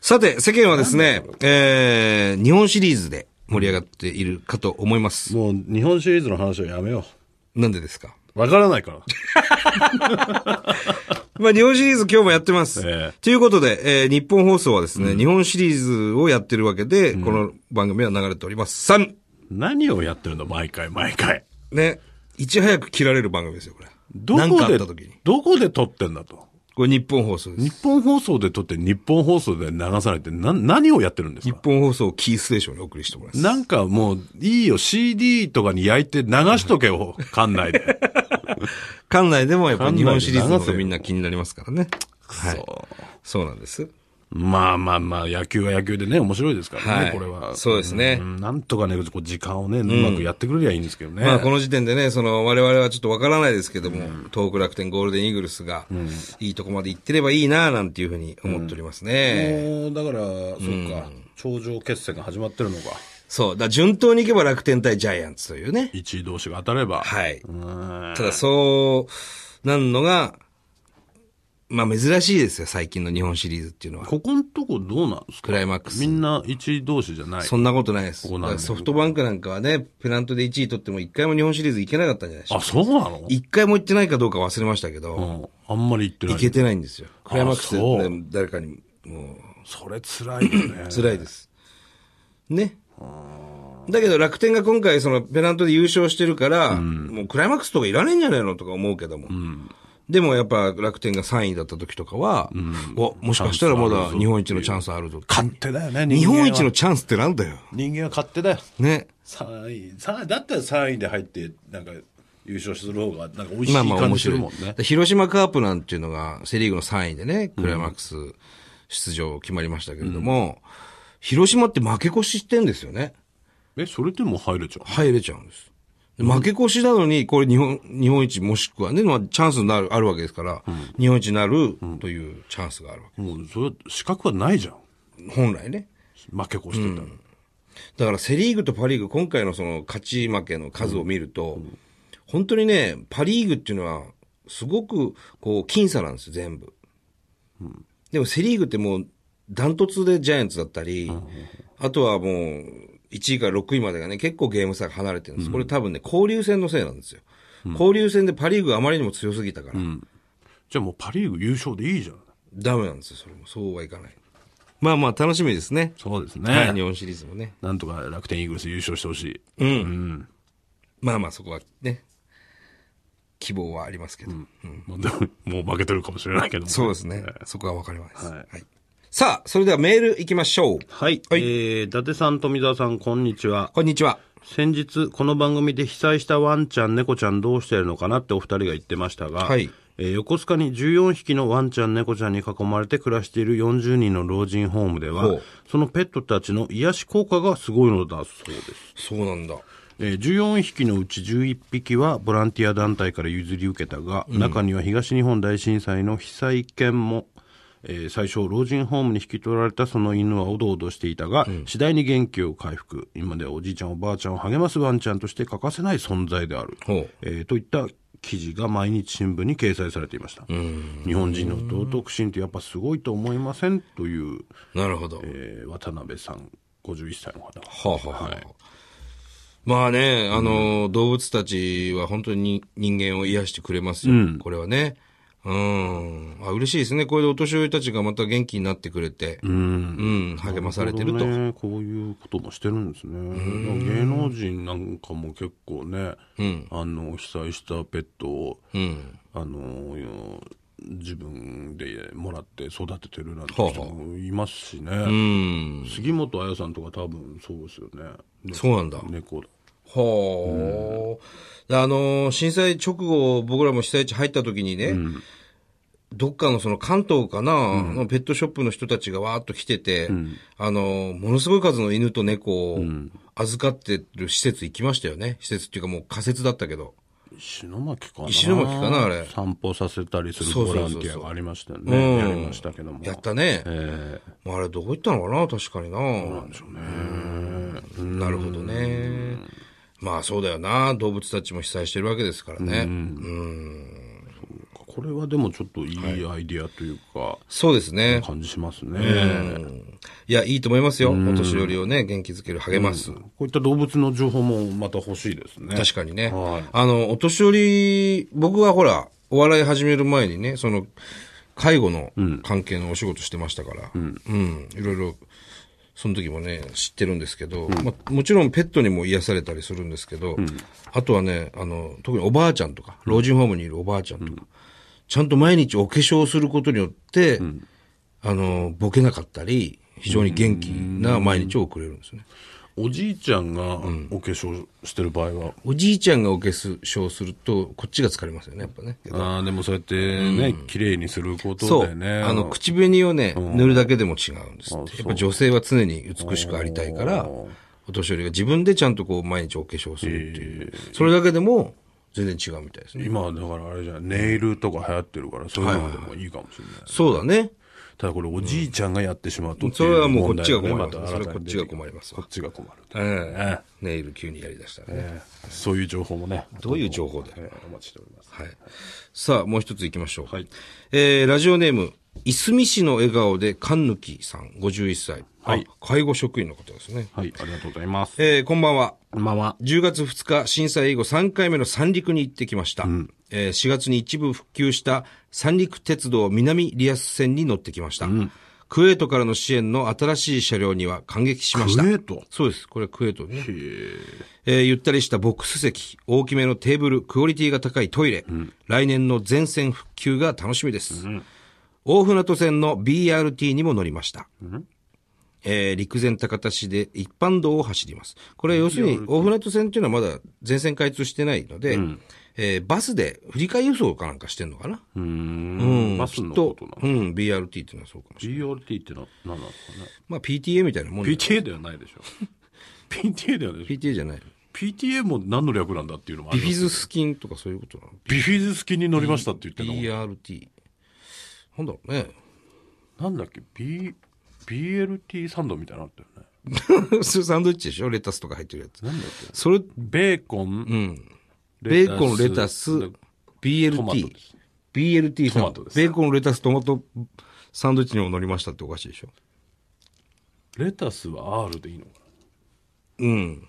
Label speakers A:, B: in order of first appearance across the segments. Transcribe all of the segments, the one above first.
A: さて、世間はですね、えー、日本シリーズで盛り上がっているかと思います。
B: もう日本シリーズの話はやめよ
A: なんでですか
B: う。わからないから。
A: まあ、日本シリーズ今日もやってます。
B: ええ
A: ということで、えー日本放送はですね、日本シリーズをやってるわけで、この番組は流れております。3!
B: 何をやってるの毎回毎回。
A: ね。いち早く切られる番組ですよ、これ。
B: ど
A: なん
B: こ
A: かあっ
B: で
A: た時に。、
B: どこで撮ってんだと。
A: これ日本放送です。
B: 日本放送で撮って日本放送で流されて、な、何をやってるんです
A: 日
B: か
A: 本放送をキーステーションにお送りしてもらいます。
B: なんかもう、いいよ、CD とかに焼いて流しとけよ、館内で。
A: 館内でもやっぱ日本シリーズの方
B: 館内で流せ
A: が
B: よ
A: みんな気になりますからね。はい。そうなんです。
B: まあまあまあ、野球は野球でね、面白いですからね、
A: はい
B: これは。
A: そうですね
B: んなんとかね、こう時間をね、うまくやってくれりゃいいんですけどね。
A: まあこの時点でね、その我々はちょっとわからないですけども、東北楽天ゴールデンイーグルスが、いいとこまで行ってればいいななんていうふうに思っておりますね。
B: もう、だから、そっか、頂上決戦が始まってるのか。
A: そう。だから順当に行けば楽天対ジャイアンツというね。
B: 一位同士が当たれば。
A: はい。
B: うん
A: ただそう、なんのが、まあ珍しいですよ、最近の日本シリーズっていうのは。
B: ここんとこどうなんですか
A: クライマックス
B: みんな一位同士じゃない。
A: そんなことないです。
B: ここ
A: だ
B: 何
A: か
B: 年
A: らソフトバンクなんかはね、ペナントで1位取っても1回も日本シリーズ行けなかったんじゃないでしょう
B: あ、
A: か。
B: そうなの
A: 1回も行ってないかどうか忘れましたけ
B: う
A: ど、
B: ん。あんまり言ってな
A: 行
B: い。
A: けてないんですよ。クライマックスでね、
B: あそ
A: 誰かに、もう、
B: それ辛いよね。
A: 辛いです。ね。だけど楽天が今回そのペナントで優勝してるから、もうクライマックスとかいらねえんじゃないのとか思うけども。でもやっぱ楽天が3位だった時とかは、お、もしかしたらまだ日本一のチャンスあるぞ。
B: 勝手だよね、
A: 日
B: 人間は
A: 本一の。チャンスってなんだよ。
B: 人間は勝手だよ。
A: ね。
B: 3位。三位だったら3位で入って、なんか、優勝する方が、なんか美味しい
A: まあまあ
B: 感
A: 面
B: じす
A: 白
B: る
A: い
B: もんね。。
A: で広島カープなんていうのがセリーグの3位でね、クライマックス出場決まりましたけれども、広島って負け越ししてんですよね。
B: え、それでも入れちゃう
A: 入れちゃうんです。で負け越しなのに、これ日本、日本一もしくはね、まあチャンスになる、あるわけですから、日本一になるというチャンスがあるわ
B: もう、それ、資格はないじゃん。
A: け。本来ね。
B: 負け越してたら。
A: だからセリーグとパリーグ、今回のその勝ち負けの数を見ると、本当にね、パリーグっていうのは、すごく、こう、僅差なんですよ、全部。でもセリーグってもう、ダントツでジャイアンツだったり、あとはもう、1位から6位までがね、結構ゲーム差が離れてるんです。これ多分ね、交流戦のせいなんですよ。交流戦でパリーグがあまりにも強すぎたから、
B: じゃあもうパリーグ優勝でいいじゃん。
A: ダメなんですよ、それも。そうはいかない。まあまあ、楽しみですね。
B: そうです
A: はい、日本シリーズもね。
B: なんとか楽天イーグルス優勝してほしい。
A: まあまあそこはね、希望はありますけど。
B: まあでも、もう負けてるかもしれないけども。
A: そうですね。そこはわかります、
B: は
A: はいい。さあ、それではメール行きましょう。
C: はい。
A: はい
C: えー、伊達さん、富澤さん、こんにちは。
A: こんにちは。
C: 先日、この番組で被災したワンちゃん、猫ちゃんどうしてるのかなってお二人が言ってましたが、
A: はい
C: えー横須賀に14匹のワンちゃん、猫ちゃんに囲まれて暮らしている40人の老人ホームで
A: ほ
C: は
A: う、
C: そのペットたちの癒し効果がすごいのだそうです。
A: そうなんだ。
C: えー14匹のうち11匹はボランティア団体から譲り受けたが、中には東日本大震災の被災犬も、えー最初老人ホームに引き取られたその犬はおどおどしていたが、次第に元気を回復今ではおじいちゃんおばあちゃんを励ますワンちゃんとして欠かせない存在である、
A: ほう
C: えーといった記事が毎日新聞に掲載されていました日本人の道徳心ってやっぱすごいと思いませんという、
A: なるほど。
C: えー渡辺さん51歳の方
A: はあ、はあはあまあね、あの、動物たちは本当に人間を癒してくれますよ。これはね。うん。あ、嬉しいですね。これでお年寄りたちがまた元気になってくれて、うん、励まされてると。
C: ね、こういうこともしてるんですね芸能人なんかも結構ね、あの被災したペットを、
A: うん。
C: あのよ自分でもらって育ててるなんて
A: はあはあ
C: 人もいますしね、
A: うん。
C: 杉本彩さんとか多分そうですよねね
A: そうなんだ。
C: 猫
A: はあ、あのー、震災直後、僕らも被災地入った時にね、どっかのその関東かな、のペットショップの人たちがわーっと来てて、あのー、ものすごい数の犬と猫を預かってる施設行きましたよね。施設っていうかもう仮設だったけど。
C: 石巻かな
A: 石巻かなあれ
C: 散歩させたりする
A: そうそ
C: ボ
A: うそう
C: ラ
A: そう
C: ンティアがありましたよね
A: うん
C: やりましたけども
A: やったね。
C: え
A: もうあれどこ行ったのかな確かにな。
C: ーそうね
A: なるほどね。まあそうだよな。動物たちも被災してるわけですからね。
C: これはでもちょっといいアイディアというか、
A: そうですね。
C: 感じしますね、
A: うんいや、いいと思いますよ。お年寄りをね、元気づける、励ます。
C: こういった動物の情報もまた欲しいですね。
A: 確かにね
C: はい。
A: あの、お年寄り、僕はほら、お笑い始める前にね、その、介護の関係のお仕事してましたから、うん、いろいろ、その時もね、知ってるんですけど、まあ、もちろんペットにも癒されたりするんですけど、あとはね、あの、特におばあちゃんとか、老人ホームにいるおばあちゃんとか、ちゃんと毎日お化粧をすることによって、あの、ボケなかったり、非常に元気な毎日を送れるんですね。
C: おじいちゃんがお化粧してる場合は、
A: おじいちゃんがお化粧すると、こっちが疲れますよね、やっぱね。
C: ああ、でもそうやってね、綺麗にすること
A: そ
C: で
A: う。
C: ね。
A: あの、口紅をね、塗るだけでも違うんですって。やっぱ女性は常に美しくありたいから、お年寄りが自分でちゃんとこう、毎日お化粧するっていう。それだけでも、全然違うみたいですね。
C: 今はだからあれじゃん、ネイルとか流行ってるから、そういうのでもいいかもしれない。
A: そうだね。
C: ただこれおじいちゃんがやってしまうとって
A: そ
C: い
A: れはもうこっ
C: 問題
A: ちが
C: が
A: 困
C: ね、
A: りま
C: ますた
A: ね。それはこっちが困ります
C: こ
A: わ
C: っ。ちが困ると。
A: ええネイル急にやりだしたらね。
C: そういう情報もね。
A: どういう情報だよ
C: えーお待ちしております。
A: はい。さあ、もう一つ行きましょう。
C: はい
A: えー、ラジオネーム、いすみ市の笑顔で、かんぬきさん、51歳。
C: はい
A: あ介護職員の方ですね。
C: はい、ありがとうございます。
A: えー、こんばんは。
C: こんばんは。
A: 10月2日、震災以後3回目の三陸に行ってきました。えー4月に一部復旧した三陸鉄道南リアス線に乗ってきました。クウェートからの支援の新しい車両には感激しました。
C: クウェート
A: そうです。これはクウェートね。えーゆったりしたボックス席、大きめのテーブル、クオリティが高いトイレ、来年の全線復旧が楽しみです。大船渡線の BRT にも乗りました。えー陸前高田市で一般道を走ります。これは要するに、大船渡線っていうのはまだ全線開通してないので、えーバスで振り替え輸送かなんかしてんのかな、
C: うー。
A: うん
C: バスのことなの
A: うん、BRT っていうのはそうかもしれない。
C: ?GRT ってな、何なんですかね。
A: まあ PTA みたいなもんだよ
C: PTA ではない でしょ。PTA ではないでしょ。
A: PTA じゃない。
C: PTA も何の略なんだっていうのもあ
A: ビ
C: る
A: フィズス菌とかそういうことなの
C: ビフィズス菌に乗りましたって言ってんの
A: ?BRT。なんだろうね。
C: なんだっけ B BLT サンドみたいなのあったよね
A: それサンドイッチでしょレタスとか入ってるやつ。
C: なんだっけ
A: それ、
C: ベーコン、
A: ベーコン、レタス、
C: トマト
A: BLT
C: で。す
A: BLT さん
C: トマトです
A: ベーコン、レタス、トマト、サンドイッチにも乗りましたっておかしいでしょ
C: レタスは R でいいのかな
A: うん。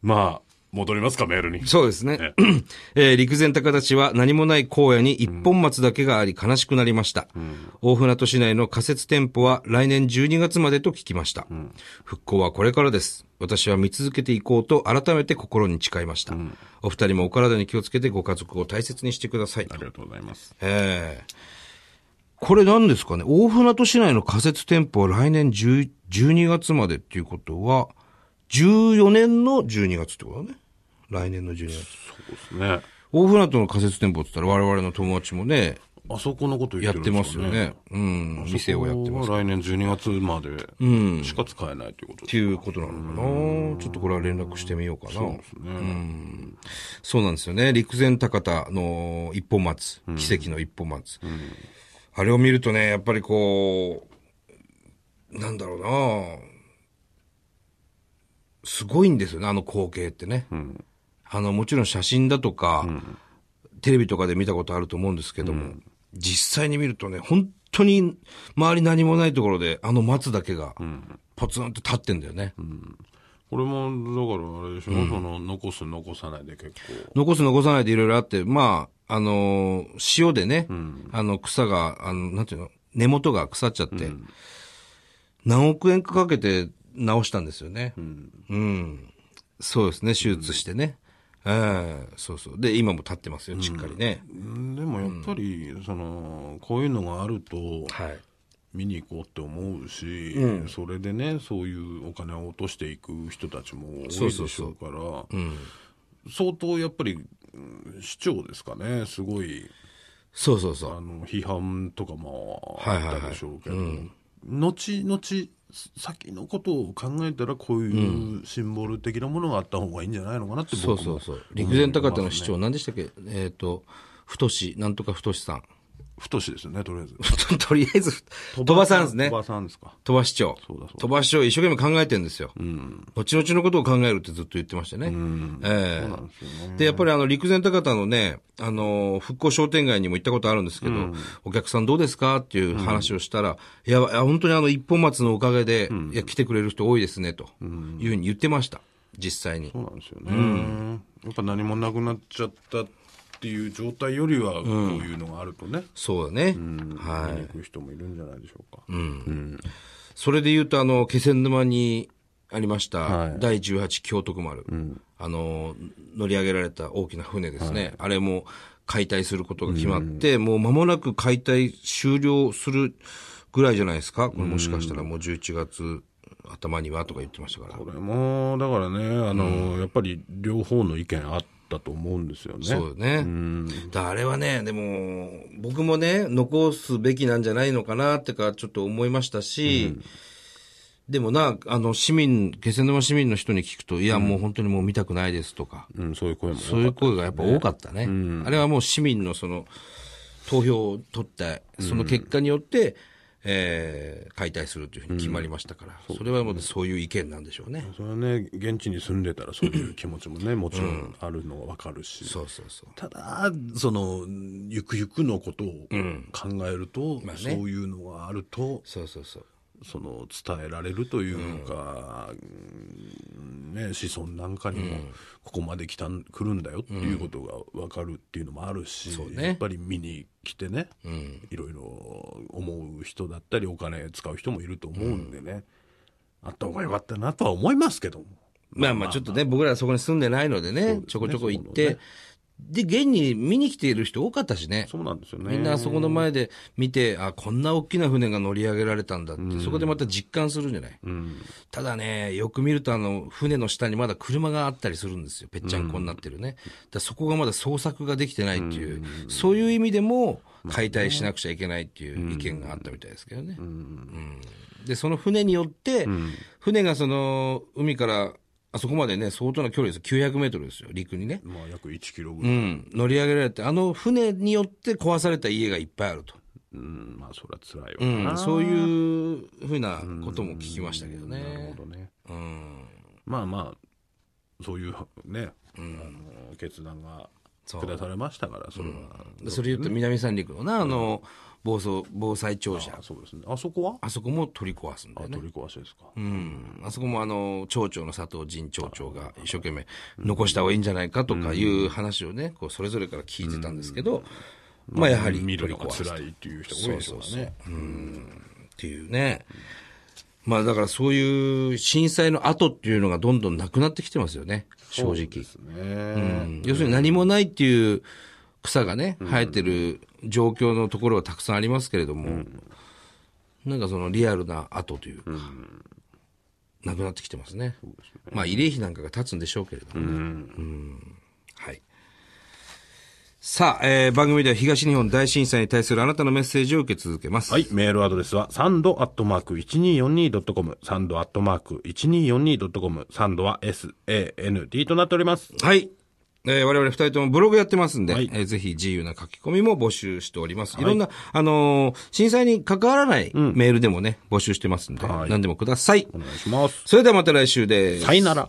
C: まあ戻りますかメールに
A: そうですね。 えー陸前高田市は何もない荒野に一本松だけがあり悲しくなりました。大船渡市内の仮設店舗は来年12月までと聞きました。復興はこれからです。私は見続けていこうと改めて心に誓いました。お二人もお体に気をつけてご家族を大切にしてください
C: あ。りがとうございます
A: ええこれ何ですかね大船渡市内の仮設店舗は来年10 12月までっていうことは、14年の12月ってことだね。来年の12月。
C: そうですね
A: 大船渡の仮設店舗って言ったら我々の友達もね、
C: あそこのこと言
A: やっ
C: って
A: て
C: るん
A: ま
C: です
A: す
C: よ
A: よ
C: ね
A: ね。うん。店をやってます。っ
C: す来年12月までしか使えないということ
A: ていうことなのかなちょっとこれは連絡してみようかな。そう
C: ですね
A: なんですよね。陸前高田の一本松。奇跡の一本松。あれを見るとね、やっぱりこう、なんだろうなすごいんですよね、あの光景ってね。あの、もちろん写真だとか、テレビとかで見たことあると思うんですけども、実際に見るとね、本当に周り何もないところで、あの松だけが、ポツンと立ってんだよね。
C: これもだからあれでしょその残す残さないで結構
A: 残す残さないでいろいろあって、まあ、あのー塩でね、あの草が、あの、なんていうの、根元が腐っちゃって、何億円かかけて直したんですよね。うん。そうですね、手術してね。ええそうそう。で、今も立ってますよ、しっかりね。
C: うんでもやっぱりそのこういうのがあると
A: はい。
C: 見に行こうって思うし、それでねそういうお金を落としていく人たちも多いでしょ
A: そうう
C: から
A: そうそう
C: 相当やっぱりうん市長ですかねすごい
A: そうそう
C: あ
A: そう。
C: の批判とかも
A: はいはいはい
C: あったでしょうけど、後々先のことを考えたらこういううシンボル的なものがあった方がいいんじゃないのかなって僕
A: そ
C: も
A: うそうそう。陸前高田の市長、何でしたっけえっ、と、太し、なんとか太しさん。
B: 太しですよね、とりあえず。
A: ととりあえず、鳥羽さんですね
C: 鳥。羽さんですか。
A: 鳥羽市長
C: そうだそうだ。
A: 鳥羽市長一生懸命考えてるんですよ。後々のことを考えるってずっと言ってましたね。ええで、やっぱりあの、陸前高田のね、あの、復興商店街にも行ったことあるんですけど、お客さんどうですかっていう話をしたら、いや、いや本当にあの、一本松のおかげで、いや、来てくれる人多いですね、というふうに言ってました。実際に
C: そ。うなんですよね。やっぱ何もなくなっちゃったっていう状態よりは、こういうのがあるとね、
A: そうだね。はい。
C: 行く人もいるんじゃないでしょうか。
A: それで言うと、あの、気仙沼にありました、第18京徳丸、あの、乗り上げられた大きな船ですね。あれも解体することが決まって、もう間もなく解体終了するぐらいじゃないですか。これもしかしたらもう11月頭にはとか言ってましたから。
C: これも、だからね、あの、やっぱり両方の意見あったと思うんですよね。
A: そうよね。だからあれはね、でも、僕もね、残すべきなんじゃないのかなってか、ちょっと思いましたし、でもな、あの、市民、気仙沼市民の人に聞くと、いや、もう本当にもう見たくないですとか、
C: うん、そういう声も多かった。
A: そういう声がやっぱ多かったね。あれはもう市民のその、投票を取った、その結果によって、えー解体するというふうに決まりましたから、それはもうそういう意見なんでしょうね。
C: それはね、現地に住んでたらそういう気持ちもね、もちろんあるのはわかるし。
A: そうそうそう。
C: ただ、その、ゆくゆくのことを考えると、
A: まあね
C: そういうのがあると、
A: そうそうそう。
C: その、伝えられるというのか、うんね、子孫なんかにも、ここまで来たん、来るんだよっていうことがわかるっていうのもあるし、
A: そうね
C: やっぱり見に来てね、いろいろ思う人だったり、お金使う人もいると思うんでね、あった方がよかったなとは思いますけども。
A: まあまあ、ちょっとね、僕らはそこに住んでないのでね、ちょこちょこ行って、で、現に見に来ている人多かったしね。
C: そうなんですよね。
A: みんなあそこの前で見て、あ、こんな大きな船が乗り上げられたんだって、そこでまた実感するんじゃないただね、よく見るとあの、船の下にまだ車があったりするんですよ。ぺっちゃんこになってるね。だからそこがまだ捜索ができてないっていう、そういう意味でも解体しなくちゃいけないっていう意見があったみたいですけどね。で、その船によって、船がその、海から、あそこまでね、相当な距離ですよ。900メートルですよ、陸にね。
C: まあ、約1キロぐ
A: う
C: らい。
A: ん、乗り上げられて、あの船によって壊された家がいっぱいあると。
C: うん、まあ、それは辛いわ
A: う
C: な。
A: ん、そういうふうなことも聞きましたけど
C: なる
A: ね。
C: ほどね。
A: うん。
C: まあまあ、そういうね、あの決断が
A: そう
C: 下されましたから、それは。
A: でそれ言うと南三陸のな、あの、防災、防災庁舎
C: あ。そうですね。あそこは
A: あそこも取り壊すんだ
C: あ
A: よね
C: 取。り壊しですか。
A: うん。あそこもあの、町長の佐藤仁町長が一生懸命残した方がいいんじゃないかとかいう話をね、こう、それぞれから聞いてたんですけど、まあやはり
C: 見
A: 取
C: る
A: り
C: のが
A: 壊すと。
C: 辛いっていう人多いでしょうからね。
A: っていうね。まあだからそういう震災の後っていうのがどんどんなくなってきてますよね、正直。
C: そうですね。
A: うん要するに何もないっていう草がね、生えてる状況のところはたくさんありますけれども、なんかそのリアルな後というか、なくなってきてますね。まあ慰霊碑なんかが立つんでしょうけれどもね。うんはい。さあ、えー番組では東日本大震災に対するあなたのメッセージを受け続けます。
C: はい。メールアドレスは、サンドアットマーク 1242.com、サンドアットマーク 1242.com、サンドは SAND となっております。
A: はい。えー我々二人ともブログやってますんで、
C: はい
A: えーぜひ自由な書き込みも募集しております。いろんな、あのー震災に関わらないメールでもね、募集してますんで、
C: はい
A: 何でもください。
C: お願いします。
A: それではまた来週です。
C: さよなら。